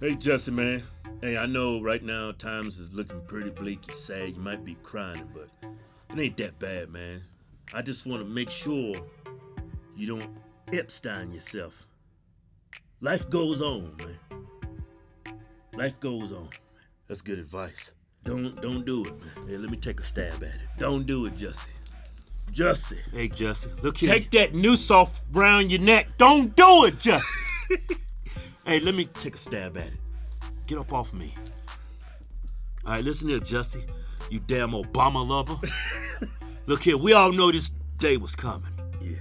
Hey, Jesse, man. Hey, I know right now times is looking pretty bleak and sad. You might be crying, but it ain't that bad, man. I just want to make sure you don't Epstein yourself. Life goes on, man. Life goes on. That's good advice. Don't don't do it, man. Hey, let me take a stab at it. Don't do it, Jesse. Jesse, Hey, Justin, look here. take that noose off round your neck. Don't do it, Jesse. hey, let me take a stab at it. Get up off me. All right, listen here, Jussie. You damn Obama lover. look here, we all know this day was coming. Yeah.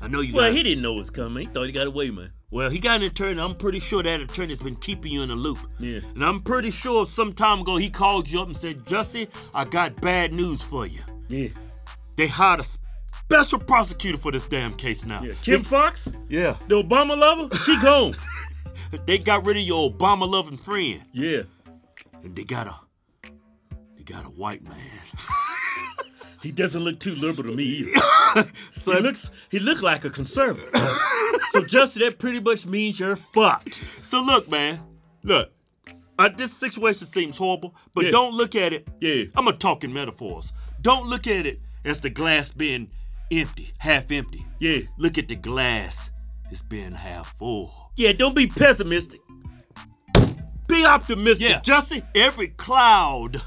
I know you Well, guys. he didn't know it was coming. He thought he got away, man. well, he got an attorney. I'm pretty sure that attorney's been keeping you in the loop. Yeah. And I'm pretty sure some time ago he called you up and said, Jussie, I got bad news for you. Yeah. They hired a special prosecutor for this damn case now. Yeah. Kim Fox, Yeah. the Obama lover, she gone. They got rid of your Obama loving friend. yeah. And they got a they got a white man. He doesn't look too liberal to me either. So He looks he looked like a conservative. so Justin, that pretty much means you're fucked. So look, man, look. Uh, this situation seems horrible, but Yeah. don't look at it. Yeah. I'm a talking metaphors. Don't look at it as the glass being empty, half empty. Yeah. Look at the glass as being half full. Yeah, don't be pessimistic. Be optimistic, Yeah. Justin. Every cloud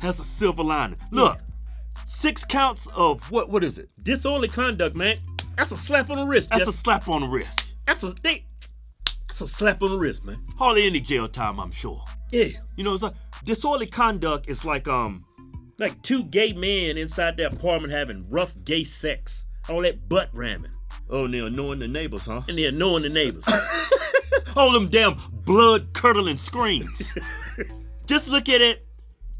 has a silver lining. Look, six counts of what? What is it? Disorderly conduct, man. That's a slap on the wrist. That's Jeff. a slap on the wrist. that's a they, that's a slap on the wrist, man. Hardly any jail time, I'm sure. Yeah. You know, it's like disorderly conduct is like um Like two gay men inside their apartment having rough gay sex. All that butt ramming. oh, and they're annoying the neighbors, huh? And they're annoying the neighbors. All them damn blood curdling screams. just look at it.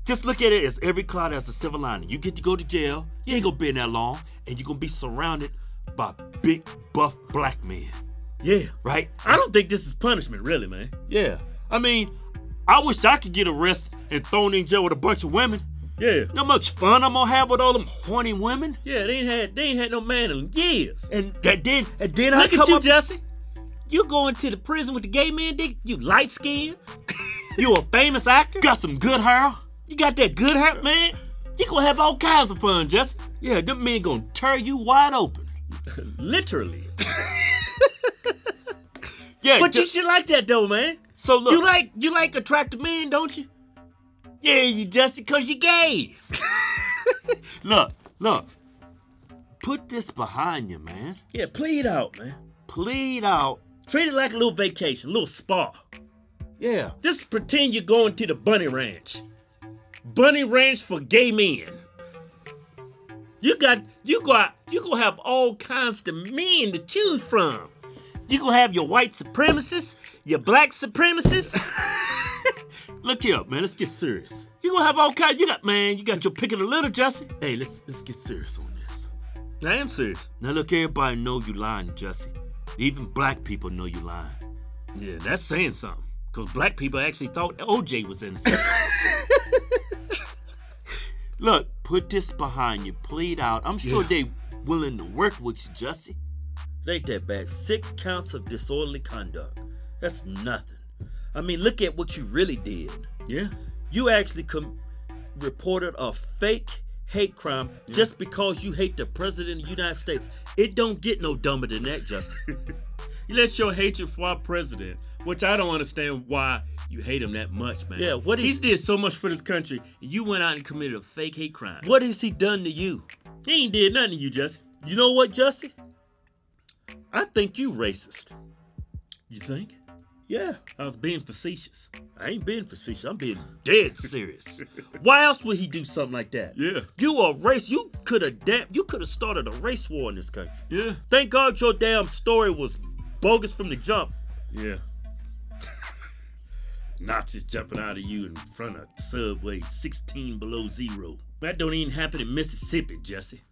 Just look at it as every cloud has a silver lining. You get to go to jail. You ain't gonna be in that long, and you're gonna be surrounded by big buff black men, yeah. right? I don't think this is punishment, really, man. Yeah. I mean, I wish I could get arrested and thrown in jail with a bunch of women. Yeah. You know how much fun I'm gonna have with all them horny women? Yeah, they ain't had they ain't had no man in years. And that then, and then I Look come at you, up, Jesse. You going to the prison with the gay man dick? You light skinned? you a famous actor? got some good hair. You got that good hair, man? You gonna have all kinds of fun, Jesse. Yeah, them men gonna tear you wide open. Literally. Yeah, But you ju- should like that though, man. so look. You like you like attractive men, don't you? Yeah, you Jesse, cause you gay. Look, look. Put this behind you, man. Yeah, plead out, man. Plead out. Treat it like a little vacation, a little spa. Yeah. Just pretend you're going to the bunny ranch. Bunny ranch for gay men. You got you got you gonna have all kinds of men to choose from. You gonna have your white supremacists, your black supremacists. Look here, man. Let's get serious. You gonna have all kinds. You got man. You got your pick of the litter, Jesse. Hey, let's let's get serious on this. I am serious. Now look, everybody know you lying, Jesse. Even black people know you lying. Yeah, that's saying something. Cause black people actually thought OJ was innocent. Look, put this behind you. Plead out. I'm sure Yeah. they willing to work with you, Jesse. Take that back. Six counts of disorderly conduct. That's nothing. I mean, look at what you really did. yeah. you actually com- reported a fake hate crime just because you hate the president of the United States. It don't get no dumber than that, Justin. You let your hatred for our president, which I don't understand why you hate him that much, man. Yeah, what he's is- did so much for this country, and you went out and committed a fake hate crime. what has he done to you? He ain't did nothing to you, Justin. You know what, Justin? I think you racist. You think? Yeah. I was being facetious. I ain't being facetious. I'm being dead serious. Why else would he do something like that? Yeah, You a race. You could have damn. You could have started a race war in this country. yeah, Thank God your damn story was bogus from the jump. yeah. Nazis jumping out of you in front of Subway 16 below zero. That don't even happen in Mississippi, Jesse.